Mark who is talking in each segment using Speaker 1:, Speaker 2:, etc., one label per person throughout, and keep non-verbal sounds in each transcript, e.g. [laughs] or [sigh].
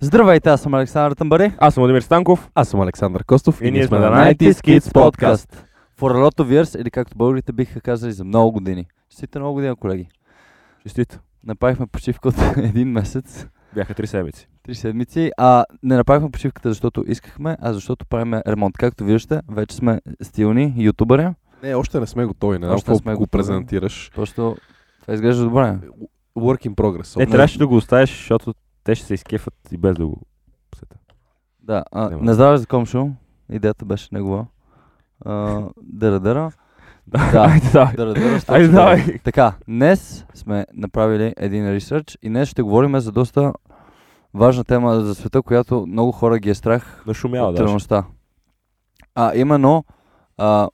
Speaker 1: Здравейте, аз съм Александър Тамбари.
Speaker 2: Аз съм Владимир Станков.
Speaker 3: Аз съм Александър Костов
Speaker 2: И Е, ние сме на
Speaker 1: 90
Speaker 2: 90 Kids Podcast.
Speaker 1: For a lot of years, или както българите биха казали, за много години. Честите много години, колеги.
Speaker 2: Честит.
Speaker 1: Направихме почивка от [laughs] един месец,
Speaker 2: Бяха три седмици.
Speaker 1: три седмици, а не направихме почивката, защото искахме, а защото правиме ремонт. Както виждате, вече сме стилни ютубъри.
Speaker 3: Не, още не сме готови. Не знам
Speaker 1: Още не сме
Speaker 3: какво го
Speaker 1: готови.
Speaker 3: презентираш.
Speaker 1: Просто това изглежда добре.
Speaker 3: Work in progress.
Speaker 2: Не, трябваше да го оставиш, защото те ще се изкефат и без да го посета.
Speaker 1: Да, а,
Speaker 2: Няма.
Speaker 1: на здраве за комшо, идеята беше негова. А, дъра-дъра. Да,
Speaker 2: [laughs] Айде, давай.
Speaker 1: дъра-дъра. ще
Speaker 2: Айде,
Speaker 1: отиде.
Speaker 2: давай.
Speaker 1: Така, днес сме направили един ресърч и днес ще говорим за доста важна тема за света, която много хора ги е страх
Speaker 2: Нашумява,
Speaker 1: от
Speaker 2: да.
Speaker 1: реалността. А именно а,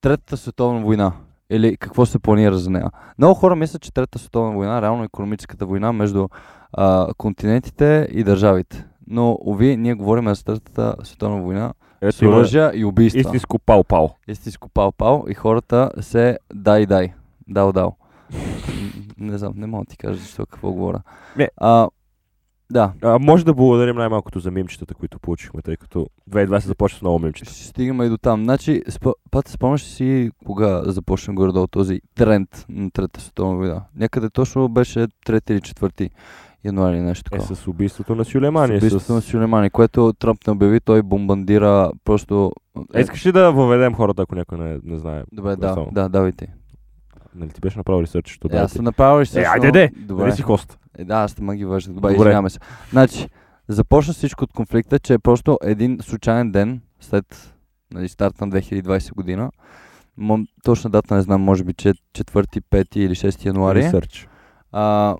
Speaker 1: Третата световна война или какво се планира за нея. Много хора мислят, че Третата световна война реално е економическата война между а, континентите и държавите. Но, ови, ние говорим за Третата световна война с
Speaker 2: Ето има
Speaker 1: оръжия и убийства.
Speaker 2: истинско пал-пал.
Speaker 1: Истинско пал-пал и хората се дай-дай. Дал-дал. не знам, не мога да ти кажа защо какво говоря.
Speaker 2: Не.
Speaker 1: А, да,
Speaker 2: А, може да благодарим най-малкото за мимчетата, които получихме, тъй като 2020 започва с много мимчета.
Speaker 1: ще стигаме и до там. Значи, спо, пат, спомняш ли си кога започна горе този тренд на Трета световна война? Някъде точно беше 3 или 4 януари нещо
Speaker 2: Е,
Speaker 1: такова.
Speaker 2: с убийството на Сюлеймани.
Speaker 1: С убийството на Сюлеймани, което Тръмп не обяви, той бомбандира просто...
Speaker 2: Е, искаш ли да въведем хората, ако някой не, не знае?
Speaker 1: Добре,
Speaker 2: Кое
Speaker 1: да,
Speaker 2: само?
Speaker 1: да, давайте.
Speaker 2: Нали ти беше направил ресърч, защото
Speaker 1: Е,
Speaker 2: да
Speaker 1: аз
Speaker 2: ти-
Speaker 1: съм направил ресърч,
Speaker 2: Е,
Speaker 1: но-
Speaker 2: айде, де!
Speaker 1: Добре.
Speaker 2: Нали си хост?
Speaker 1: Е, да, аз тама ги вържа. Добре,
Speaker 2: Добре.
Speaker 1: извиняваме се. Значи, започна всичко от конфликта, че е просто един случайен ден след нали, старта на 2020 година, мом, точна дата не знам, може би че 4, 5 или 6 януари,
Speaker 2: Ресърч.
Speaker 1: а,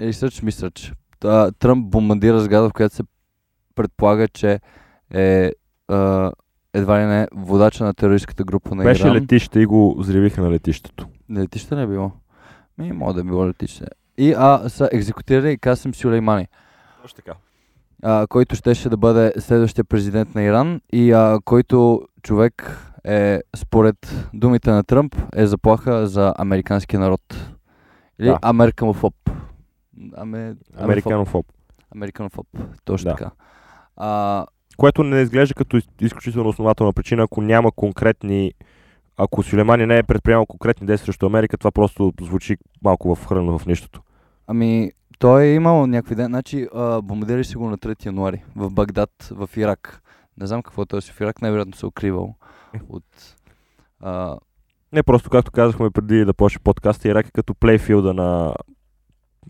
Speaker 1: ресърч мисърч. Та, Тръмп бомбандира сграда, в която се предполага, че е а, едва ли не водача на терористската група на
Speaker 2: Беше
Speaker 1: Иран.
Speaker 2: летище и го взривиха на летището.
Speaker 1: На летище не е било. Ми, може да е било летище. И а, са екзекутирали Касим Сюлеймани.
Speaker 2: Точно така.
Speaker 1: а, който щеше да бъде следващия президент на Иран и а, който човек е, според думите на Тръмп, е заплаха за американския народ. Или Ами,
Speaker 2: Да.
Speaker 1: да. американофоб. Аме, американофоб. Американофоб.
Speaker 2: Американофоб.
Speaker 1: Точно
Speaker 2: Да.
Speaker 1: така. А,
Speaker 2: което не изглежда като из- изключително основателна причина, ако няма конкретни ако Сюлеймани не е предприемал конкретни действия срещу Америка, това просто звучи малко в хрън в нищото.
Speaker 1: ами, той е имал някакви ден. Значи, а, бомбардирали се го на 3 януари в Багдад, в Ирак. Не знам какво той си в Ирак, най-вероятно се е укривал
Speaker 2: Е.
Speaker 1: от... А,
Speaker 2: Не просто, както казахме преди да почне подкаста, Ирак е като плейфилда на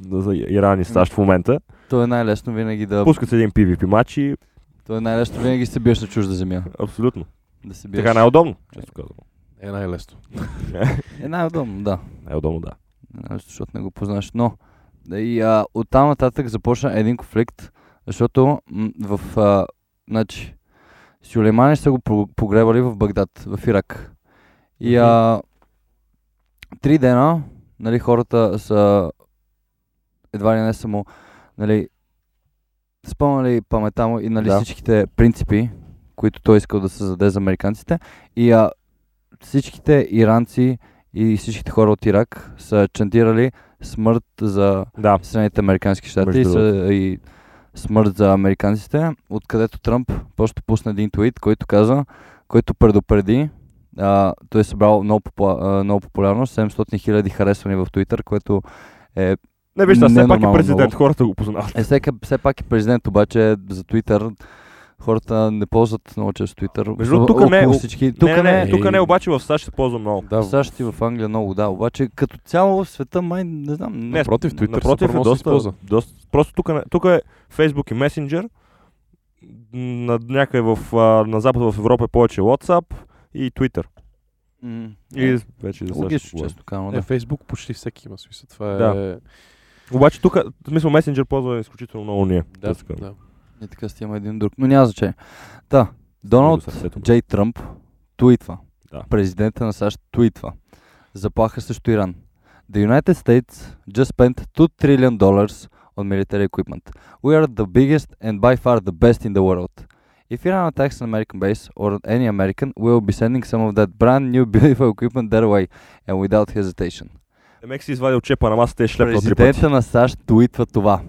Speaker 2: на- за Иран и САЩ в момента.
Speaker 1: той е най-лесно винаги да...
Speaker 2: Пускат се един PvP матч и
Speaker 1: Той е най-лесно винаги се биеш на чужда земя.
Speaker 2: абсолютно.
Speaker 1: Да се биеш.
Speaker 2: Така най-удобно, често казвам.
Speaker 3: Е най-лесно.
Speaker 1: Е най-удобно, да.
Speaker 2: [laughs] Най-удобно, да.
Speaker 1: Нали, Защото не го познаш. Но да и а, оттам нататък започна един конфликт, защото м, в... А, значи, Сюлеймани са го про- погребали в Багдад, в Ирак. И
Speaker 2: Мгм.
Speaker 1: а, три дена, нали, хората са едва ли не само, нали, спомнали памета му и нали,
Speaker 2: Да.
Speaker 1: всичките принципи, които той искал да създаде за американците. И а, всичките иранци и всичките хора от Ирак са чантирали смърт за
Speaker 2: Да,
Speaker 1: Съединените американски щати и,
Speaker 2: Между
Speaker 1: са, и смърт за американците, откъдето Тръмп просто пусна един твит, който каза, който предупреди, а, той е събрал много, попула, а, много популярно, 700 хиляди харесвани в Твитър, което е,
Speaker 2: не вижте, аз все пак е
Speaker 1: Ненормално
Speaker 2: президент,
Speaker 1: много.
Speaker 2: хората го познават.
Speaker 1: е всека, все пак е президент, обаче за Твитър хората не ползват много често Твитър.
Speaker 2: Между другото, тук не е,
Speaker 1: около
Speaker 2: о-
Speaker 1: всички. Тук е.
Speaker 2: Тук не, не,
Speaker 3: не.
Speaker 2: тук не, обаче в САЩ се ползва много.
Speaker 3: Да,
Speaker 1: в САЩ и в Англия много, да, обаче като цяло в света май, не знам,
Speaker 2: Не,
Speaker 3: Против Twitter
Speaker 2: Напротив, е
Speaker 3: съпървно се
Speaker 2: доста,
Speaker 3: използва.
Speaker 2: доста. Просто тук, не- тук е Facebook и Messenger. На, някъде в, а, на запад в Европа е повече WhatsApp и Twitter.
Speaker 1: м,
Speaker 2: И
Speaker 1: е,
Speaker 2: вече за САЩ
Speaker 1: логично,
Speaker 2: говорим.
Speaker 1: често казано,
Speaker 3: Е,
Speaker 1: да.
Speaker 3: Фейсбук почти всеки има смисъл. Това е...
Speaker 2: Да. Обаче тук, в смисъл, Messenger ползваме изключително много ние.
Speaker 3: Да,
Speaker 2: Така.
Speaker 3: да.
Speaker 1: И така стима един друг. Но няма значение. Да, Доналд
Speaker 2: До сърцето.
Speaker 1: Джей Тръмп туитва.
Speaker 2: Да.
Speaker 1: Президента на САЩ туитва. Заплаха срещу Иран. The United States just spent 2 trillion dollars on military equipment. We are the biggest and by far the best in the world. If Iran attacks an American base or any American, we will be sending some of that brand new [laughs] beautiful equipment their way and without hesitation.
Speaker 2: Демек си извадил чепа на масата и е шлепнал три пъти.
Speaker 1: Президента на САЩ туитва това.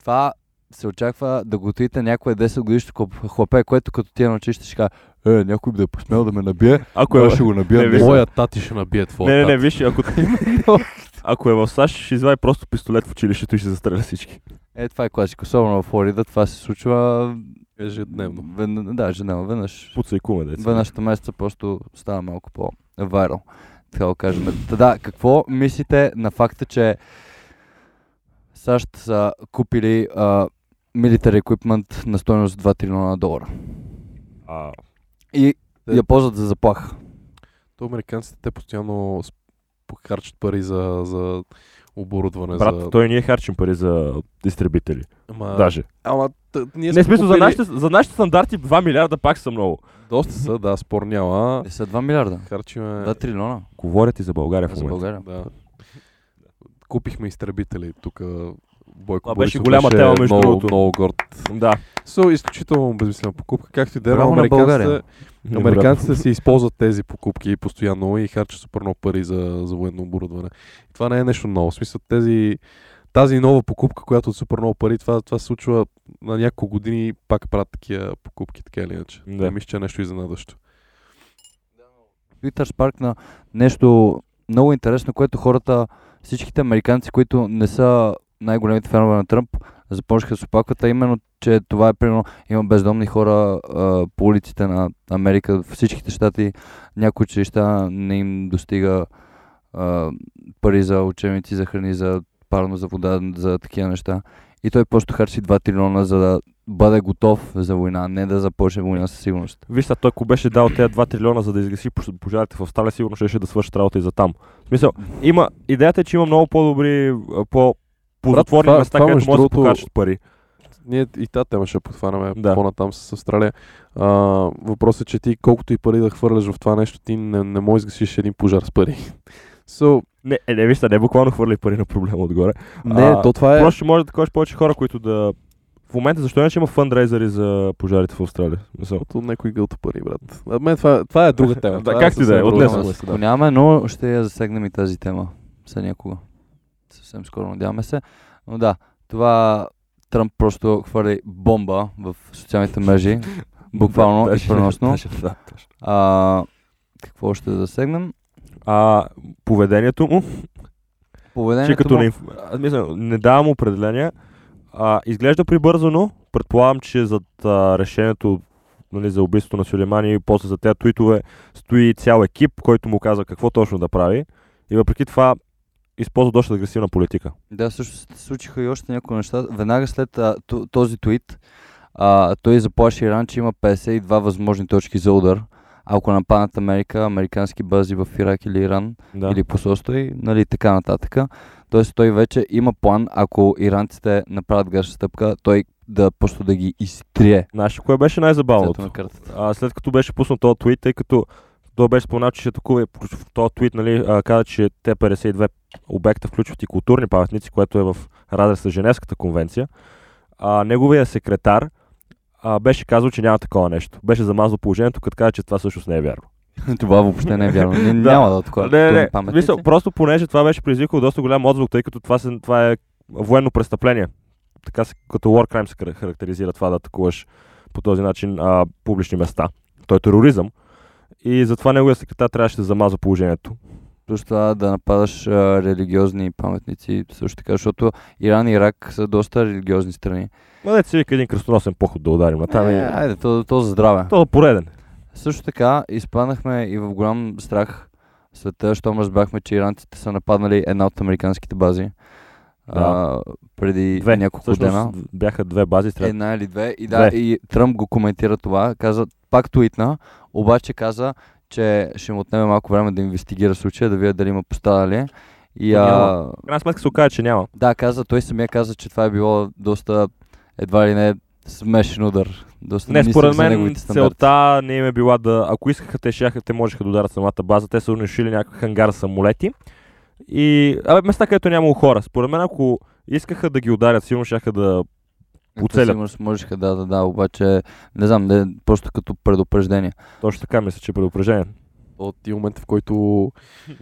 Speaker 1: Това се очаква да го отидете някое 10 годишно хлоп- хлапе, което като ти е на училище ще каже, е, някой би да е посмел да ме набие,
Speaker 2: Ако
Speaker 1: кое
Speaker 2: е,
Speaker 1: ще го
Speaker 2: не,
Speaker 1: набия.
Speaker 2: виж-
Speaker 1: днес».
Speaker 3: Моя тати ще набие твоя
Speaker 2: не, не, не,
Speaker 3: тати.
Speaker 2: виж,
Speaker 3: [laughs]
Speaker 2: ако, ако е в САЩ, ще извади просто пистолет в училището и ще застреля всички.
Speaker 1: Е, това е класика, особено в Флорида, това се случва
Speaker 3: Ежедневно.
Speaker 1: Вен... Да, ежедневно, веднъж.
Speaker 2: Пуцай куме, деца.
Speaker 1: В нашата месеца просто става малко по-вайрал. Така го кажем. Та Да, какво мислите на факта, че САЩ са купили а, military equipment на стоеност 2 трилиона долара?
Speaker 2: А,
Speaker 1: И
Speaker 3: Те-
Speaker 1: я ползват за заплаха.
Speaker 3: То американците те постоянно с- похарчат пари за, за оборудване.
Speaker 2: брат,
Speaker 3: за...
Speaker 2: той ние харчим пари за изтребители.
Speaker 3: Ама,
Speaker 2: Даже.
Speaker 3: Ама, т- ние
Speaker 2: Не,
Speaker 3: сме
Speaker 2: в смисъл, за
Speaker 3: купили-
Speaker 2: нашите, за нашите стандарти 2 милиарда пак са много.
Speaker 3: Доста са, да, спор няма.
Speaker 1: Не са 2
Speaker 2: Е,
Speaker 1: милиарда.
Speaker 3: Харчиме...
Speaker 1: 2 трилиона
Speaker 2: Говорят и за България в
Speaker 1: за
Speaker 2: момента.
Speaker 1: България.
Speaker 3: Да. Купихме изтребители тук. Бойко
Speaker 2: Това беше
Speaker 3: Борисов
Speaker 2: голяма тема, между
Speaker 3: много,
Speaker 2: другото.
Speaker 3: Много горд.
Speaker 2: Да.
Speaker 3: So, изключително безмислена покупка. Както и да е, но
Speaker 1: Браво на
Speaker 3: американците,
Speaker 1: България. Е,
Speaker 3: американците си използват тези покупки постоянно и харчат супер много пари за, за военно оборудване. И това не е нещо ново. В смисъл, тези, тази нова покупка, която е супер много пари, това, това се случва на няколко години и пак правят такива покупки, така или иначе.
Speaker 2: Да.
Speaker 3: Не мисля, че е нещо изненадващо.
Speaker 1: Twitter спаркна нещо много интересно, което хората, всичките американци, които не са най-големите фенове на Тръмп, започнаха да се опакват, а именно, че това е примерно, има бездомни хора а, по улиците на Америка, във всичките щати, някои училища не им достига а, пари за учебници, за храни, за парно, за вода, за такива неща. И той просто харчи 2 трилиона, за да бъде готов за война, не да започне война със сигурност.
Speaker 2: Виж, сега, той ако беше дал тези 2 трилиона, за да изгаси пош- пожарите в Австралия, сигурно ще да свършат работа и за там. В смисъл, има, идеята е, че има много по-добри, а, по ползотворни
Speaker 3: това-
Speaker 2: места,
Speaker 3: това,
Speaker 2: където
Speaker 3: между
Speaker 2: може да се
Speaker 3: другото,
Speaker 2: похарчат пари.
Speaker 3: ние и тази тема ще подхванаме да.
Speaker 2: Да.
Speaker 3: по-натам с Австралия. А, въпросът е, че ти колкото и пари да хвърляш в това нещо, ти не, не можеш да изгасиш един пожар с пари. [laughs] So,
Speaker 2: Не, е, не, виж, сега, не буквално хвърли пари на проблема отгоре.
Speaker 3: не,
Speaker 2: А,
Speaker 3: то това е...
Speaker 2: Просто ще може да такош повече хора, които да... В момента защо не ще има фандрейзъри за пожарите в Австралия? В Смисъл.
Speaker 3: От някой гълта пари, брат. А, мен това, това е друга
Speaker 2: [laughs]
Speaker 3: тема.
Speaker 2: Да,
Speaker 3: Това е
Speaker 2: както и да е,
Speaker 3: съвсем друга
Speaker 2: отнесено е.
Speaker 3: тема.
Speaker 1: Няма да се отклоняваме, но ще я засегнем и тази тема за някога. Съвсем скоро, надяваме се. Но да, това Тръмп просто хвърли бомба в социалните
Speaker 2: [laughs]
Speaker 1: мрежи. Буквално
Speaker 2: Да,
Speaker 1: и
Speaker 2: даже-
Speaker 1: преносно.
Speaker 2: даже, [laughs] да, точно.
Speaker 1: А, какво ще засегнем?
Speaker 2: А поведението му, че
Speaker 1: Поведението
Speaker 2: като
Speaker 1: му...
Speaker 2: не, инф- аз мисля, не давам определения, а, изглежда прибързано. Предполагам, че зад а, решението нали, за убийството на Сулеймани и после за тези твитове стои цял екип, който му каза какво точно да прави. И въпреки това използва доста агресивна политика.
Speaker 1: Да, също се случиха и още някои неща. Веднага след а, то- този твит, а, той заплаши Иран, че има 52 възможни точки за удар. Ако нападнат Америка, американски бази в Ирак или Иран,
Speaker 2: Да.
Speaker 1: или посолство и нали, така нататък. Тоест той вече има план, ако иранците направят грешна стъпка, той да просто да ги изтрие.
Speaker 2: Знаеш ли кое беше
Speaker 1: Цвета на
Speaker 2: най-забавното?
Speaker 1: картата. [laughs]
Speaker 2: А, след като беше пуснат този твит, тъй като той беше споменал, че ще такова в този твит, нали, а, каза, че те 52 обекта включват и културни паметници, което е в разрез с Женевската конвенция. А, неговия секретар а, беше казал, че няма такова нещо. Беше замазал положението, като каза, че това всъщност не е вярно.
Speaker 1: Това въобще не е вярно. Не,
Speaker 2: Да.
Speaker 1: Няма да откоя.
Speaker 2: не, не, не. Мисъл, просто понеже това беше предизвикало доста голям отзвук, тъй като това, се, това е военно престъпление. Така се, като war crime се хара- характеризира това да атакуваш по този начин а, публични места. Той е тероризъм. И затова неговия секретар трябваше да замаза положението.
Speaker 1: Също това да нападаш а, религиозни паметници също така, защото Иран и Ирак са доста религиозни страни.
Speaker 2: Ма дете си вика един кръстоносен поход да ударим. А там
Speaker 1: Е,
Speaker 2: е...
Speaker 1: Айде, то, то за здраве.
Speaker 2: То е пореден.
Speaker 1: Също така изпаднахме и в голям страх в света, щом разбрахме, че иранците са нападнали една от американските бази. А, преди
Speaker 2: Две.
Speaker 1: няколко
Speaker 2: Всъщност
Speaker 1: дена.
Speaker 2: бяха две бази. Трябва...
Speaker 1: Една или две. И да,
Speaker 2: Две.
Speaker 1: и Тръмп го коментира това. Каза, пак твитна, обаче каза, че ще му отнеме малко време да инвестигира случая, да видя дали има пострадали. И,
Speaker 2: Но
Speaker 1: а,
Speaker 2: няма. В крайна сметка се оказа, че няма.
Speaker 1: да, каза, той самия каза, че това е било доста, едва ли не, смешен удар. Доста
Speaker 2: Не,
Speaker 1: нисък
Speaker 2: според
Speaker 1: за
Speaker 2: мен
Speaker 1: неговите стандарти.
Speaker 2: целта не им е била да... Ако искаха, те шляха, те можеха да ударят самата база. Те са унищожили някакъв хангар с самолети. И... Абе, места, където е нямало хора. Според мен, ако искаха да ги ударят, сигурно щяха да...
Speaker 1: Със
Speaker 2: оцелят.
Speaker 1: Сигурност можеха, да, да, да, обаче, не знам, не, просто като предупреждение.
Speaker 2: Точно така мисля, че е предупреждение.
Speaker 3: от тия момента, в който...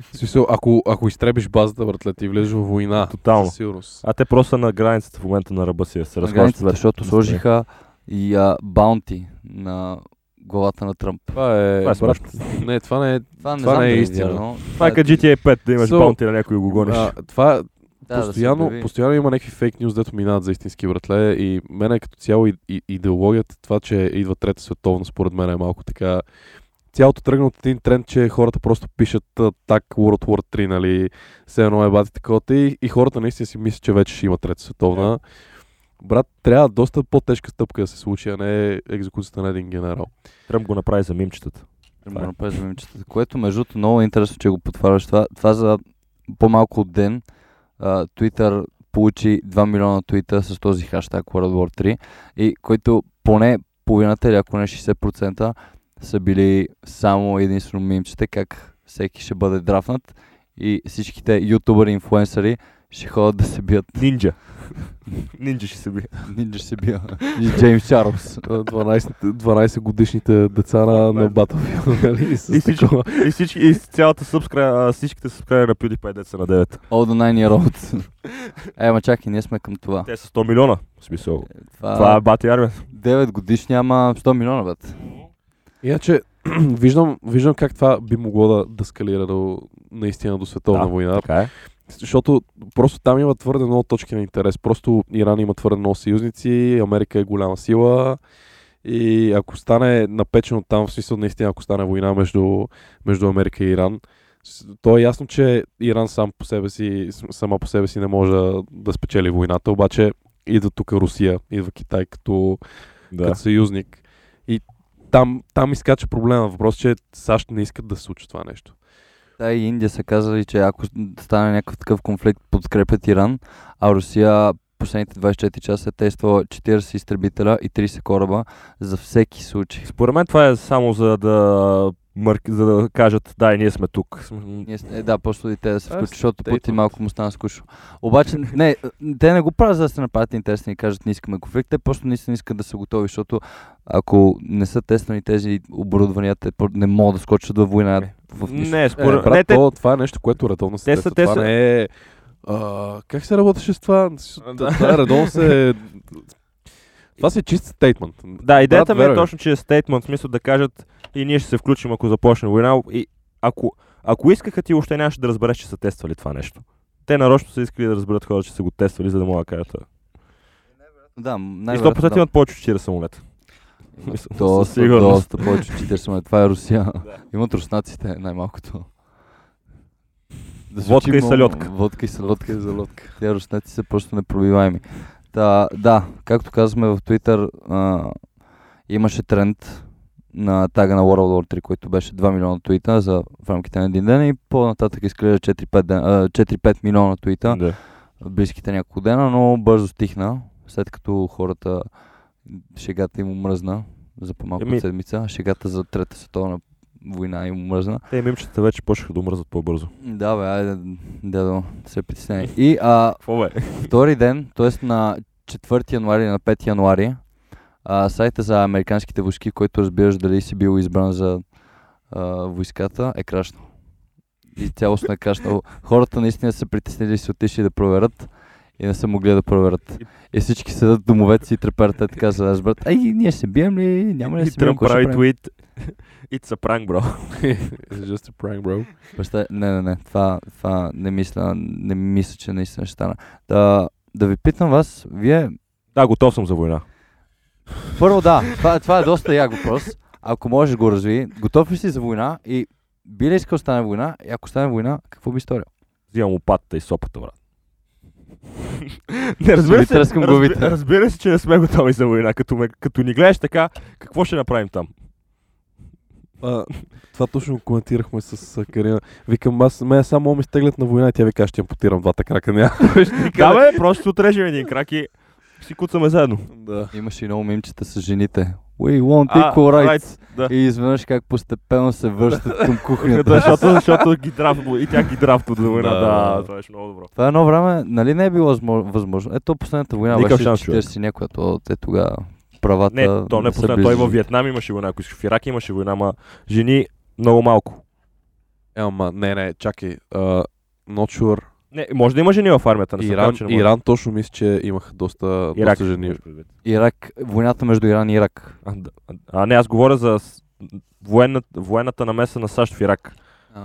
Speaker 3: в Смисъл, ако, ако изтребиш базата, братле, ти влезеш във война.
Speaker 2: Тотално.
Speaker 3: Със сигурност.
Speaker 2: А те просто са на границата в момента на ръба си да се
Speaker 1: на
Speaker 2: разхождат.
Speaker 1: границата,
Speaker 2: вече.
Speaker 1: защото
Speaker 2: Да.
Speaker 1: сложиха и а, баунти на главата на Тръмп.
Speaker 3: Това е...
Speaker 2: Това е смърт.
Speaker 3: Не, това не е...
Speaker 1: Това не,
Speaker 3: Това
Speaker 1: знам
Speaker 3: не е
Speaker 1: дали
Speaker 3: истина.
Speaker 1: вярно.
Speaker 2: Това е като GTA 5, да имаш
Speaker 3: So-
Speaker 2: баунти на някой и го гониш.
Speaker 3: А, това,
Speaker 1: Да, да се
Speaker 3: постоянно,
Speaker 1: обяви.
Speaker 3: постоянно има някакви фейк нюз, дето минават за истински братле и мене като цяло и, и, идеологията, това, че идва трета световна, според мен е малко така... Цялото тръгна от един тренд, че хората просто пишат а, так World War 3, нали, все едно е бати такова, и, и хората наистина си мислят, че вече ще има трета световна. Брат, трябва доста по-тежка стъпка да се случи, а не екзекуцията на един генерал.
Speaker 2: Тръмп го направи за мимчетата.
Speaker 1: Примерно през за момичетата. Което между другото много е интересно, че го потваряш това. Това за по-малко от ден а, Twitter получи 2 милиона твита с този хаштаг World War 3 и които поне половината или ако не 60% са били само единствено мимчета, как всеки ще бъде драфнат и всичките ютубъри, инфлуенсъри ще ходят да се бият.
Speaker 2: Нинджа. Нинджа ще се бие.
Speaker 1: Нинджа се бия. И Джеймс Чарлз.
Speaker 3: А, 12, 12 годишните деца на, на Battlefield, нали,
Speaker 2: И
Speaker 3: с
Speaker 2: всичко.
Speaker 3: такова.
Speaker 2: И, всички, и цялата субскра, всичките субскрайбери на PewDiePie деца на 9.
Speaker 1: All the nine year old. Е, ма чакай, ние сме към това.
Speaker 2: Те са 100 милиона. В смисъл.
Speaker 1: Това,
Speaker 2: Това е бати армия.
Speaker 1: 9 годишни, ама 100 милиона, бе.
Speaker 3: Иначе, [clears throat] виждам, виждам как това би могло да, да скалира до, наистина до световна
Speaker 2: Да,
Speaker 3: война.
Speaker 2: Така е.
Speaker 3: Защото просто там има твърде много точки на интерес. Просто Иран има твърде много съюзници, Америка е голяма сила. И ако стане напечено там, в смисъл наистина, ако стане война между, между Америка и Иран, с- то е ясно, че Иран сам по себе си, с- сама по себе си не може да, да спечели войната, обаче идва тук Русия, идва Китай като,
Speaker 2: Да.
Speaker 3: като съюзник. И там, там изкача проблема. Въпрос, че САЩ не искат да се случи това нещо.
Speaker 1: Да, и Индия са казали, че ако стане някакъв такъв конфликт, подкрепят Иран, а Русия последните 24 часа е тествала 40 изтребителя и 30 кораба за всеки случай.
Speaker 2: Според мен това е само за да, марк... за да кажат, да, и ние сме тук. См-
Speaker 1: Ние, с- е, да, просто и те да се
Speaker 3: Това е
Speaker 1: включат, защото Путин
Speaker 3: стейтмент.
Speaker 1: малко му стана скучно. Обаче, не, те не го правят за да се направят интересни и кажат не искаме конфликт, те просто наистина искат да са готови, защото ако не са тествани тези оборудвания, те про- не могат да скочат във война.
Speaker 2: Е,
Speaker 1: В нищо.
Speaker 2: Не,
Speaker 3: Е,
Speaker 2: според
Speaker 3: брат,
Speaker 2: мен. Не, те...
Speaker 3: то, това е нещо, което редовно се
Speaker 2: Те са-
Speaker 3: тества.
Speaker 2: те
Speaker 3: това
Speaker 2: са-
Speaker 3: не е... А, как се работеше с това? С-
Speaker 2: А, да.
Speaker 3: Това е редовно се... Това си е чист стейтмент.
Speaker 2: Да, идеята
Speaker 3: Брат,
Speaker 2: ми е
Speaker 3: веруй.
Speaker 2: точно, че е стейтмент, в смисъл да кажат и ние ще се включим, ако започне война. И ако, ако искаха, ти още нямаше да разбереш, че са тествали това нещо. Те нарочно са искали да разберат хора, че са го тествали, за да могат да кажат. това.
Speaker 1: Да,
Speaker 2: И
Speaker 1: най-вероятно
Speaker 2: 100%
Speaker 1: да.
Speaker 2: имат повече от 40 самолета. Мисъл, със
Speaker 1: Доста,
Speaker 2: сигурност.
Speaker 1: доста повече от 40 ме. Това е
Speaker 2: [laughs]
Speaker 1: Русия. Имат руснаците, най-малкото.
Speaker 2: Водка
Speaker 1: звучи
Speaker 2: и сальотка.
Speaker 1: Водка и салютка. и залотка. Те руснаци са просто непробиваеми. Та, да, както казахме в Twitter, а, имаше тренд на тага на World War 3, който беше 2 милиона твита за, в рамките на един ден и по-нататък изкрили 4-5, ден- а, 4-5 милиона твита
Speaker 2: Да.
Speaker 1: в близките няколко дена, но бързо стихна, след като хората шегата им мръзна за по-малко
Speaker 2: Еми-
Speaker 1: от седмица, шегата за Трета световна война им мръзна.
Speaker 2: Те мимчетата вече почнаха да умръзват по-бързо.
Speaker 1: Да, бе, айде, дядо, се притесняй. И а,
Speaker 2: Какво бе?
Speaker 1: втори ден, т.е. на 4 януари, на 5 януари, а, сайта за американските войски, в който разбираш дали си бил избран за а, войската, е крашнал. И цялостно е крашнал. Хората наистина са притеснили и са отишли да проверят и не са могли да проверят. И всички седат в домовете си и треперят те така, за да разберат, ай, ние ще бием ли, няма ли да
Speaker 2: И
Speaker 1: се бием,
Speaker 2: Тръмп
Speaker 1: кой ще
Speaker 2: прави
Speaker 1: правим?
Speaker 2: твит. [laughs] It's a prank, бро.
Speaker 3: [laughs] It's just a prank, bro.
Speaker 1: Представя... Не, не, не, това, това не мисля, не мисля, че наистина ще стана. Да, да ви питам вас, вие
Speaker 2: [laughs] Да, готов съм за война.
Speaker 1: Първо да, това, това е доста як въпрос. Ако можеш го разви, готов ли си за война и би ли искал да стане война? И ако стане война, какво би сторил?
Speaker 2: Взимам лопатата и сопата, брат. [laughs] не, разбира
Speaker 1: Ви
Speaker 2: се,
Speaker 1: тръскам главите.
Speaker 2: разбира, разбира се, че не сме готови за война. Като, ме, като ни гледаш така, какво ще направим там?
Speaker 3: А, това точно го коментирахме с а, Карина. Викам, аз ме само ми стеглят на война и тя вика, аз ще им потирам двата крака. Няма.
Speaker 2: да, бе, просто отрежем един крак и си куцаме заедно.
Speaker 3: да.
Speaker 1: Имаше и много мимчета с жените. We want
Speaker 2: А,
Speaker 1: equal rights.
Speaker 2: Да.
Speaker 1: И изведнъж как постепенно се връщат
Speaker 2: [laughs]
Speaker 1: към
Speaker 2: Да,
Speaker 1: кухнята.
Speaker 2: защото, защото ги драфт, и тя ги драфт от война.
Speaker 3: Да,
Speaker 2: Да,
Speaker 3: да.
Speaker 2: това беше много добро.
Speaker 1: Това едно време, нали не е било възмо- възможно? Ето последната война
Speaker 2: Никакъв
Speaker 1: беше
Speaker 2: шанс, човек.
Speaker 1: 40 и някоя, то те тогава правата
Speaker 2: Не, то не е
Speaker 1: са
Speaker 2: последно. Той
Speaker 1: близо.
Speaker 2: във Виетнам имаше война, ако искаш, в Ирак имаше война, ма жени много малко.
Speaker 3: Е, ама, не, не, чакай. Uh, not sure.
Speaker 2: Не, може да има жени в армията. Не съм
Speaker 3: Иран,
Speaker 2: казал, че не може.
Speaker 3: Иран точно мисля, че имаха доста,
Speaker 2: Ирак.
Speaker 3: доста жени.
Speaker 1: Ирак, войната между Иран и Ирак.
Speaker 2: А, да. а не, аз говоря за с- военна, военната намеса на САЩ в Ирак.
Speaker 1: А,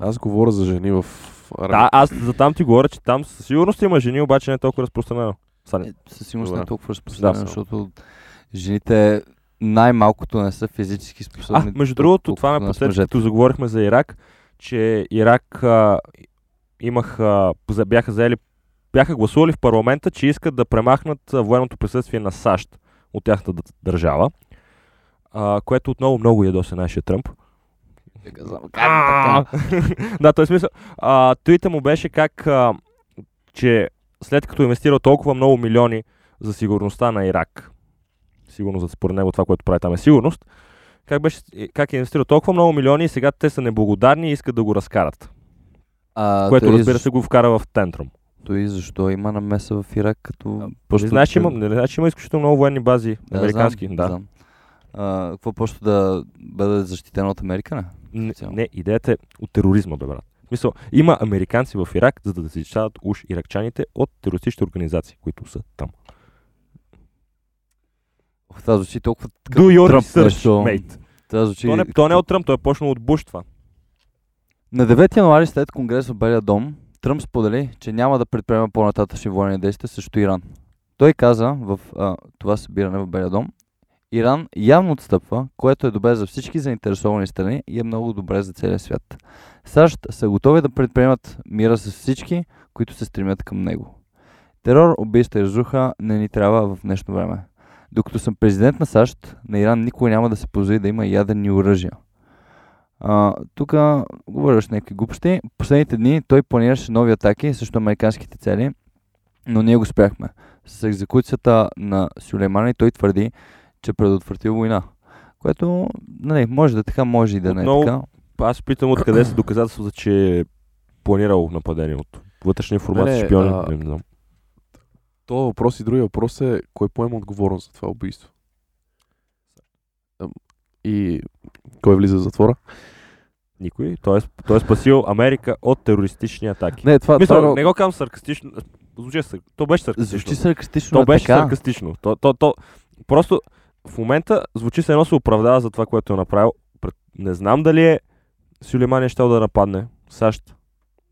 Speaker 3: Аз говоря за жени в армията.
Speaker 2: Да, аз за там ти говоря, че там със сигурност има жени, обаче не е толкова разпространено. Сани.
Speaker 1: е, със сигурност не
Speaker 3: Добре.
Speaker 1: е толкова разпространено,
Speaker 2: Да.
Speaker 1: защото жените най-малкото не са физически способни.
Speaker 2: А, между другото, това ме
Speaker 1: толкова на
Speaker 2: подсети,
Speaker 1: мъжете.
Speaker 2: като заговорихме за Ирак, че Ирак а, имаха, за- бяха заели, бяха гласували в парламента, че искат да премахнат а, военното присъствие на САЩ от тяхната д- държава, а, което отново много ядоса нашия Тръмп.
Speaker 1: Не казвам как
Speaker 2: А!
Speaker 1: така.
Speaker 2: [laughs] да, той смисъл. А, твита му беше как, а, че след като инвестира толкова много милиони за сигурността на Ирак, сигурно за според него това, което прави там е сигурност, как, беше, как е инвестирал толкова много милиони и сега те са неблагодарни и искат да го разкарат.
Speaker 1: А,
Speaker 2: което
Speaker 1: той
Speaker 2: разбира
Speaker 1: защо-
Speaker 2: се го вкара в тентрум.
Speaker 1: Той защо има намеса в Ирак като...
Speaker 2: Не знаеш, че има, не знаеш, че има изключително много военни бази,
Speaker 1: Да,
Speaker 2: американски.
Speaker 1: знам,
Speaker 2: да.
Speaker 1: знам. А, какво просто да бъде защитено от Америка, не?
Speaker 2: Не,
Speaker 1: Цяло.
Speaker 2: не, идеята е от тероризма, бе, брат. В Мисъл, има американци в Ирак, за да защитават уж иракчаните от терористични организации, които са там.
Speaker 1: Ох, това звучи толкова...
Speaker 2: Do your
Speaker 1: Тръмп
Speaker 2: research,
Speaker 1: нещо.
Speaker 2: mate.
Speaker 1: Това звучи...
Speaker 2: То не, то не е от Тръмп, той е почнал от Буш това.
Speaker 1: На 9 януари след конгрес в Белия дом, Тръмп сподели, че няма да предприема по-нататъчни военни действия срещу Иран. Той каза в а, това събиране в Белия дом, Иран явно отстъпва, което е добре за всички заинтересовани страни и е много добре за целия свят. САЩ са готови да предприемат мира с всички, които се стремят към него. Терор, убийства и разруха не ни трябва в днешно време. Докато съм президент на САЩ, на Иран никога няма да се позволи да има ядрени оръжия. А, тук говориш някакви глупости. Последните дни той планираше нови атаки срещу американските цели, но ние го спряхме. С екзекуцията на Сюлеймани той твърди, че предотвратил война. Което, нали, може да е така, може и да не е
Speaker 2: Отново-
Speaker 1: така.
Speaker 2: Аз питам откъде са доказателствата, че е планирал нападението. Вътрешна информация,
Speaker 3: Не, не,
Speaker 2: шпиони,
Speaker 3: а-
Speaker 2: не, не знам.
Speaker 3: Това въпрос и другия въпрос е кой поема отговорност за това убийство. Ам, И кой влиза в затвора?
Speaker 2: Никой. Той е, сп- той е спасил Америка от терористични атаки.
Speaker 3: Не, това,
Speaker 2: Мисля,
Speaker 1: е
Speaker 3: това
Speaker 2: не го казвам саркастично. Звучи, сар- то беше саркастично.
Speaker 1: Звучи саркастично.
Speaker 2: То
Speaker 1: но
Speaker 2: беше
Speaker 1: така.
Speaker 2: саркастично. То, то, то, просто в момента звучи се едно се оправдава за това, което е направил. Пред- Не знам дали е Сюлейман е щел да нападне САЩ.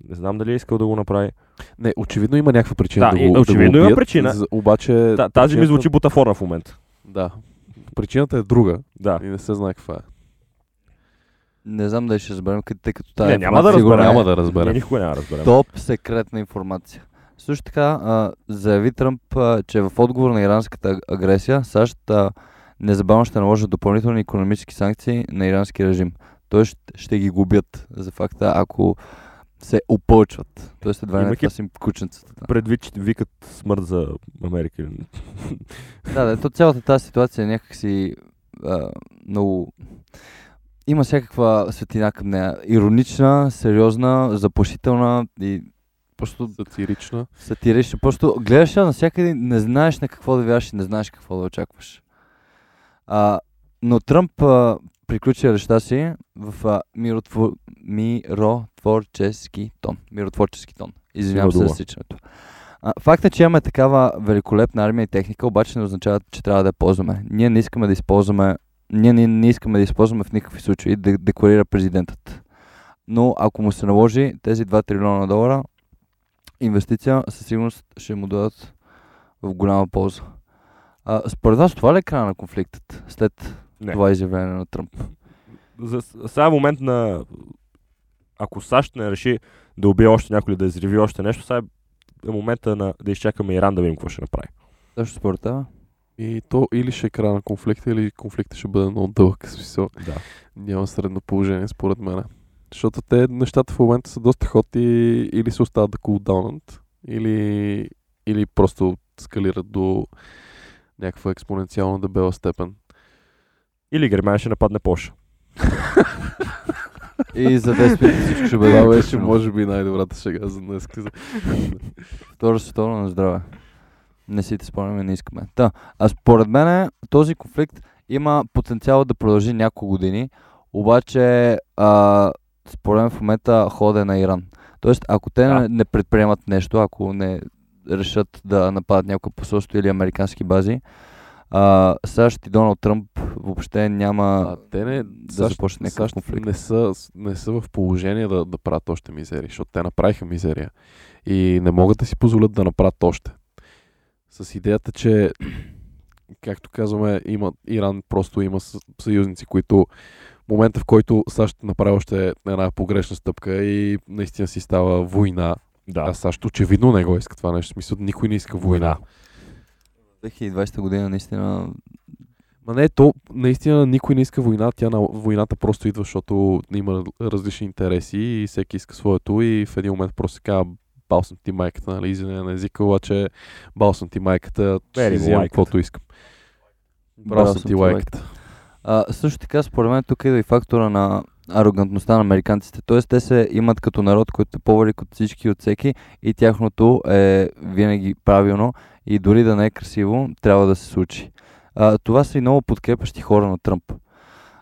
Speaker 2: Не знам дали е искал да го направи.
Speaker 3: не, очевидно има някаква причина
Speaker 2: Да,
Speaker 3: да,
Speaker 2: и-
Speaker 3: го, да
Speaker 2: очевидно
Speaker 3: го
Speaker 2: има
Speaker 3: убият,
Speaker 2: причина.
Speaker 3: за- обаче...
Speaker 2: Та- тази ми
Speaker 3: причината-
Speaker 2: звучи бутафора в момента.
Speaker 3: Да. Причината е друга
Speaker 2: Да.
Speaker 3: и не се знае каква е.
Speaker 1: Не знам дали ще разберем, къде- тъй като тази
Speaker 2: Не, няма да
Speaker 1: информация сигурно
Speaker 2: разберем.
Speaker 1: е
Speaker 3: Няма да
Speaker 2: Ние
Speaker 3: разберем.
Speaker 2: никога няма да разберем.
Speaker 1: Топ секретна информация. Също така а, заяви Тръмп, а, че е в отговор на иранската аг- агресия САЩ а, незабавно ще наложат допълнителни економически санкции на ирански режим. Тоест ще ги губят за факта, ако се опълчват. Тоест едва ли не
Speaker 2: Имайки-
Speaker 1: това са им кученцата.
Speaker 2: предвид, че викат смърт за Америка. или-
Speaker 1: Да, да, то цялата тази ситуация е някакси а, много... Има всякаква светлина към нея. Иронична, сериозна, заплашителна и просто
Speaker 3: Сатирична.
Speaker 1: сатирична. Просто гледаш я навсякъде, не знаеш на какво да вярваш и не знаеш какво да очакваш. А, но Тръмп а, приключи речта си в а, миротвор... миротворчески тон. Миротворчески тон. Извинявам се
Speaker 2: Силна
Speaker 1: за
Speaker 2: дума.
Speaker 1: стичането. А, факт е, че имаме такава великолепна армия и техника, обаче не означава, че трябва да я ползваме. Ние не искаме да използваме ние не, не искаме да използваме в никакви случаи, да декларира президентът. Но ако му се наложи тези 2 трилиона долара, инвестиция със сигурност ще му дадат в голяма полза. А, според вас това ли е края на конфликтът след
Speaker 2: Не.
Speaker 1: това е. изявление на Тръмп?
Speaker 2: За, сега е момент на... Ако САЩ не реши да убие още някой или да изриви още нещо, сега е момента на, да изчакаме Иран да видим какво ще направи.
Speaker 1: Също според тебе?
Speaker 3: И то или ще е края на конфликта, или конфликта ще бъде много дълъг. в Смисъл.
Speaker 2: Да.
Speaker 3: Няма средно положение, според мен. Защото те нещата в момента са доста ход и или се остават да кулдаунат, или, или просто скалират до някаква експоненциално дебела [laughs] степен.
Speaker 2: Или Германия ще нападне Польша.
Speaker 1: И за 10 минути всичко ще
Speaker 3: [laughs]
Speaker 1: бъде.
Speaker 3: Това беше,
Speaker 1: приключено.
Speaker 3: може би, най-добрата шега за днес.
Speaker 1: Второ световно на здраве. Не си те спомняме, не искаме. Та, а според мен този конфликт има потенциал да продължи няколко години, обаче а, според мен в момента хода е на Иран. Тоест, ако те
Speaker 2: Да.
Speaker 1: не, не предприемат нещо, ако не решат да нападат някое посолство или американски бази, а, САЩ и Доналд Тръмп въобще няма
Speaker 3: А те не,
Speaker 1: да
Speaker 3: САЩ-
Speaker 1: започне някакъв
Speaker 3: САЩ
Speaker 1: конфликт.
Speaker 3: не са, не са в положение да, да правят още мизерия, защото те направиха мизерия. И не могат да си позволят да направят още. С идеята, че, [clears throat] както казваме, има, Иран просто има с- съюзници, които в момента, в който САЩ направи още една погрешна стъпка и наистина си става война,
Speaker 2: Да.
Speaker 3: а САЩ очевидно не го иска това нещо. В смисъл, никой не иска война.
Speaker 1: 2020 година наистина
Speaker 3: Ма не, то наистина никой не иска война, тя на войната просто идва, защото има различни интереси и всеки иска своето и в един момент просто се казва бал съм ти майката, нали, извинение на езика, обаче бал съм ти майката, ще
Speaker 2: Бери
Speaker 3: си
Speaker 2: му
Speaker 3: взимам
Speaker 2: лайката.
Speaker 3: каквото искам.
Speaker 1: Браво
Speaker 3: Брал съм ти лайката.
Speaker 1: А, също така, според мен, тук идва и фактора на арогантността на американците. Тоест, те се имат като народ, който е по-велик от всички, и от всеки и тяхното е винаги правилно и дори да не е красиво, трябва да се случи. А, това са и много подкрепящи хора на Тръмп.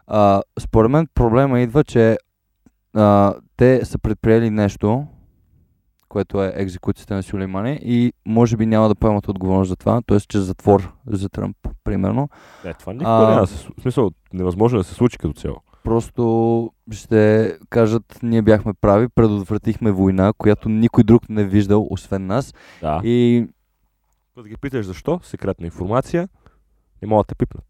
Speaker 1: А, според мен проблема идва, че а, те са предприели нещо, което е екзекуцията на Сулеймани и може би няма да поемат отговорност за това, т.е. че затвор за Тръмп, примерно.
Speaker 2: Не, Е, това никога
Speaker 1: А-
Speaker 2: няма да се, слу- в смисъл, невъзможно е да се случи като цяло.
Speaker 1: просто ще кажат, ние бяхме прави, предотвратихме война, която никой друг не е виждал, освен нас.
Speaker 2: Да. И...
Speaker 1: И
Speaker 2: Като ги питаш защо, секретна информация, не могат да те пипнат.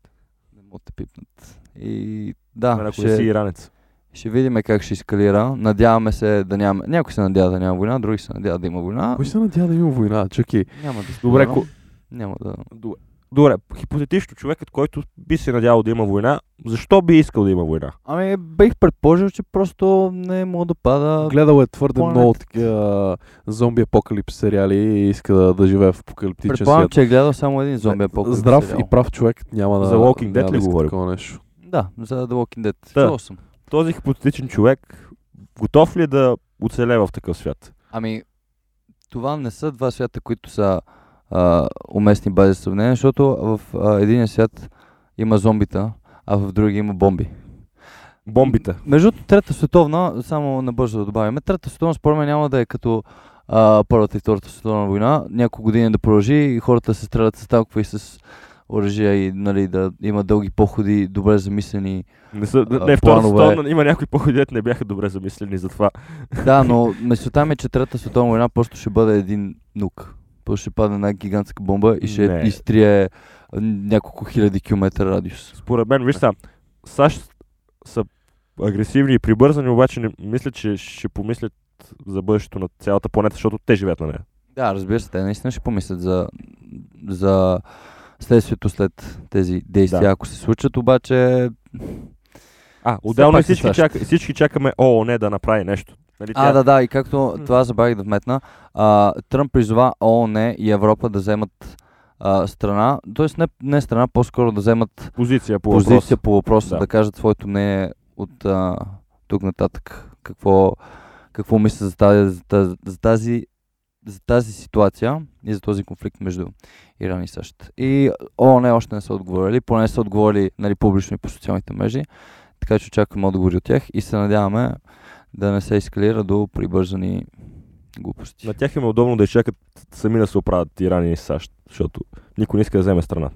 Speaker 1: не могат да пипнат. И
Speaker 2: А,
Speaker 1: да,
Speaker 2: ако не си
Speaker 1: ще,
Speaker 2: иранец.
Speaker 1: ще видим как ще ескалира. Надяваме се да няма... Някой се надява да няма война, други се надява да има война.
Speaker 3: Кой се надява да има война? Чакай.
Speaker 1: Няма да
Speaker 2: Добре,
Speaker 1: споменам.
Speaker 2: ко...
Speaker 1: Няма да...
Speaker 2: Добре. Добре, хипотетично човекът, който би се надявал да има война, защо би искал да има война?
Speaker 1: Ами, бих предположил, че просто не е мога да пада...
Speaker 3: Гледал е твърде
Speaker 1: Планета.
Speaker 3: много такива зомби апокалипс сериали и иска да, да живее в апокалиптичен
Speaker 1: Предполагам,
Speaker 3: свят.
Speaker 1: че е гледал само един зомби апокалипс.
Speaker 3: Здрав
Speaker 1: сериал.
Speaker 3: и прав човек няма да...
Speaker 2: За Walking Dead
Speaker 3: няма да
Speaker 2: ли
Speaker 3: иска
Speaker 2: говорим?
Speaker 3: такова нещо.
Speaker 1: Да, за The Walking Dead.
Speaker 2: Да.
Speaker 1: Чувал съм.
Speaker 2: Този хипотетичен човек готов ли е да оцеле в такъв свят?
Speaker 1: Ами, това не са два свята, които са а, уместни бази за сравнение, защото в а, един свят има зомбита, а в другия има бомби.
Speaker 2: Бомбите.
Speaker 1: Между другото, Трета световна, само набързо да добавим, Трета световна според мен няма да е като а, Първата и Втората световна война, няколко години е да продължи и хората се стрелят с танкове и с оръжия и нали, да има дълги походи, добре замислени.
Speaker 2: Не, са, не,
Speaker 1: А,
Speaker 2: не втората
Speaker 1: планове.
Speaker 2: стона, има някои походи, дето не бяха добре замислени за това.
Speaker 1: Да, но мечтата ми е, че Трета световна война просто ще бъде един нук. Просто ще падне една гигантска бомба и ще
Speaker 2: Не.
Speaker 1: изтрие а, няколко хиляди километра радиус.
Speaker 2: Според мен, виж сам, САЩ са агресивни и прибързани, обаче не, мисля, че ще помислят за бъдещето на цялата планета, защото те живеят на нея.
Speaker 1: Да, разбира се, те наистина ще помислят за, за следствието след тези действия,
Speaker 2: Да.
Speaker 1: да. ако се случат, обаче...
Speaker 2: А, отделно
Speaker 1: пак
Speaker 2: и
Speaker 1: са
Speaker 2: всички,
Speaker 1: САЩ.
Speaker 2: чака, всички чакаме ООН е да направи нещо. Нали,
Speaker 1: А, да, да, и както това забравих да вметна, а, Тръмп призова ООН и Европа да вземат а, страна, т.е. Не, не страна, по-скоро да вземат
Speaker 2: Позиция по
Speaker 1: позиция
Speaker 2: въпроса.
Speaker 1: по въпроса,
Speaker 2: Да.
Speaker 1: да. да кажат своето мнение от а, тук нататък. Какво, какво мисля за тази, за, тази, за, тази, за тази ситуация и за този конфликт между Иран и САЩ. И ООН още не са отговорили, поне не са отговорили нали, публично и по социалните мрежи, така че очакваме отговори от тях и се надяваме да не се ескалира до прибързани глупости.
Speaker 2: На тях им е удобно да изчакат сами да се оправят Иран и САЩ, защото никой не иска да вземе страна.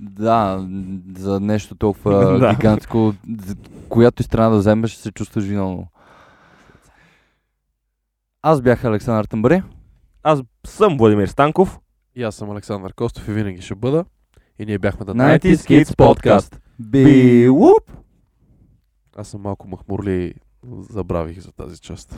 Speaker 1: Да, м, за нещо [laughs] толкова
Speaker 2: Да.
Speaker 1: гигантско, за която и страна да вземеш, се чувстваш виновно. Аз бях Александър Тъмбари.
Speaker 2: Аз съм Владимир Станков.
Speaker 3: И аз съм Александър Костов и винаги ще бъда. И ние бяхме да
Speaker 1: 90s Kids Podcast.
Speaker 3: Би-
Speaker 1: Билуп!
Speaker 3: Аз съм малко махмурли, забравих за тази част.